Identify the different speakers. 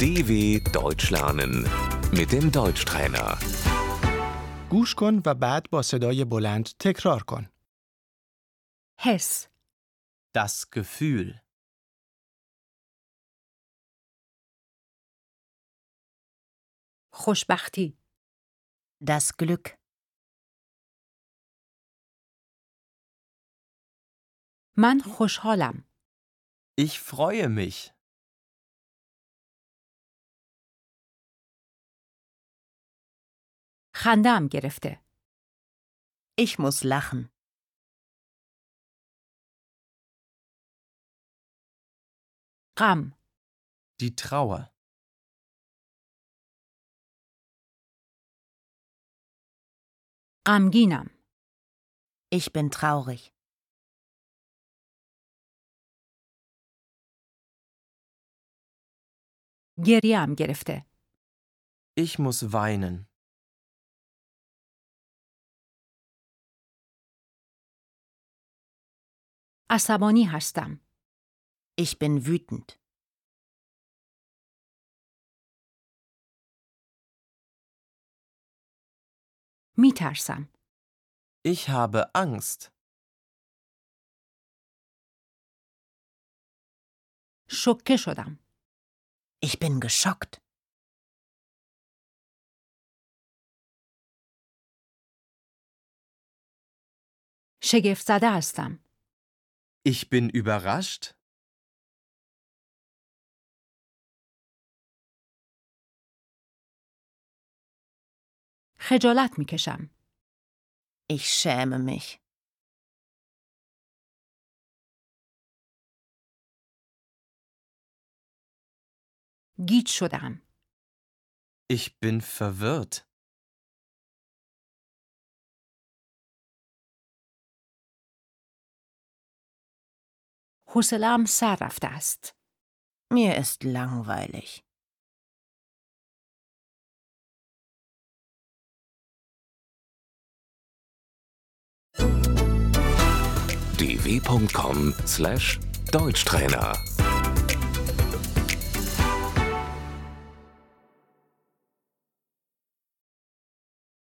Speaker 1: DW Deutsch lernen mit dem Deutschtrainer.
Speaker 2: گوش کن و بعد با صدای بلند تکرار کن.
Speaker 3: Hess.
Speaker 4: Das Gefühl.
Speaker 3: خوشبختی. Das Glück. من خوشحالم.
Speaker 4: Ich freue mich.
Speaker 3: خندم گرفته.
Speaker 5: Ich muss lachen.
Speaker 3: غم.
Speaker 4: Die Trauer.
Speaker 3: غمگینم.
Speaker 5: Ich bin traurig.
Speaker 3: گریم گرفته.
Speaker 4: Ich muss weinen.
Speaker 3: عصبانی هستم.
Speaker 5: Ich bin wütend.
Speaker 3: میترسم.
Speaker 4: Ich habe Angst.
Speaker 3: شوکه شدم.
Speaker 5: Ich bin geschockt.
Speaker 3: شگفت زده هستم.
Speaker 4: Ich bin überrascht.
Speaker 3: خجالت میکشم.
Speaker 5: Ich schäme mich.
Speaker 3: گیج شدم.
Speaker 4: Ich bin verwirrt.
Speaker 3: حوصله‌ام سر رفته است.
Speaker 5: Mir ist langweilig.
Speaker 1: dw.com/deutschtrainer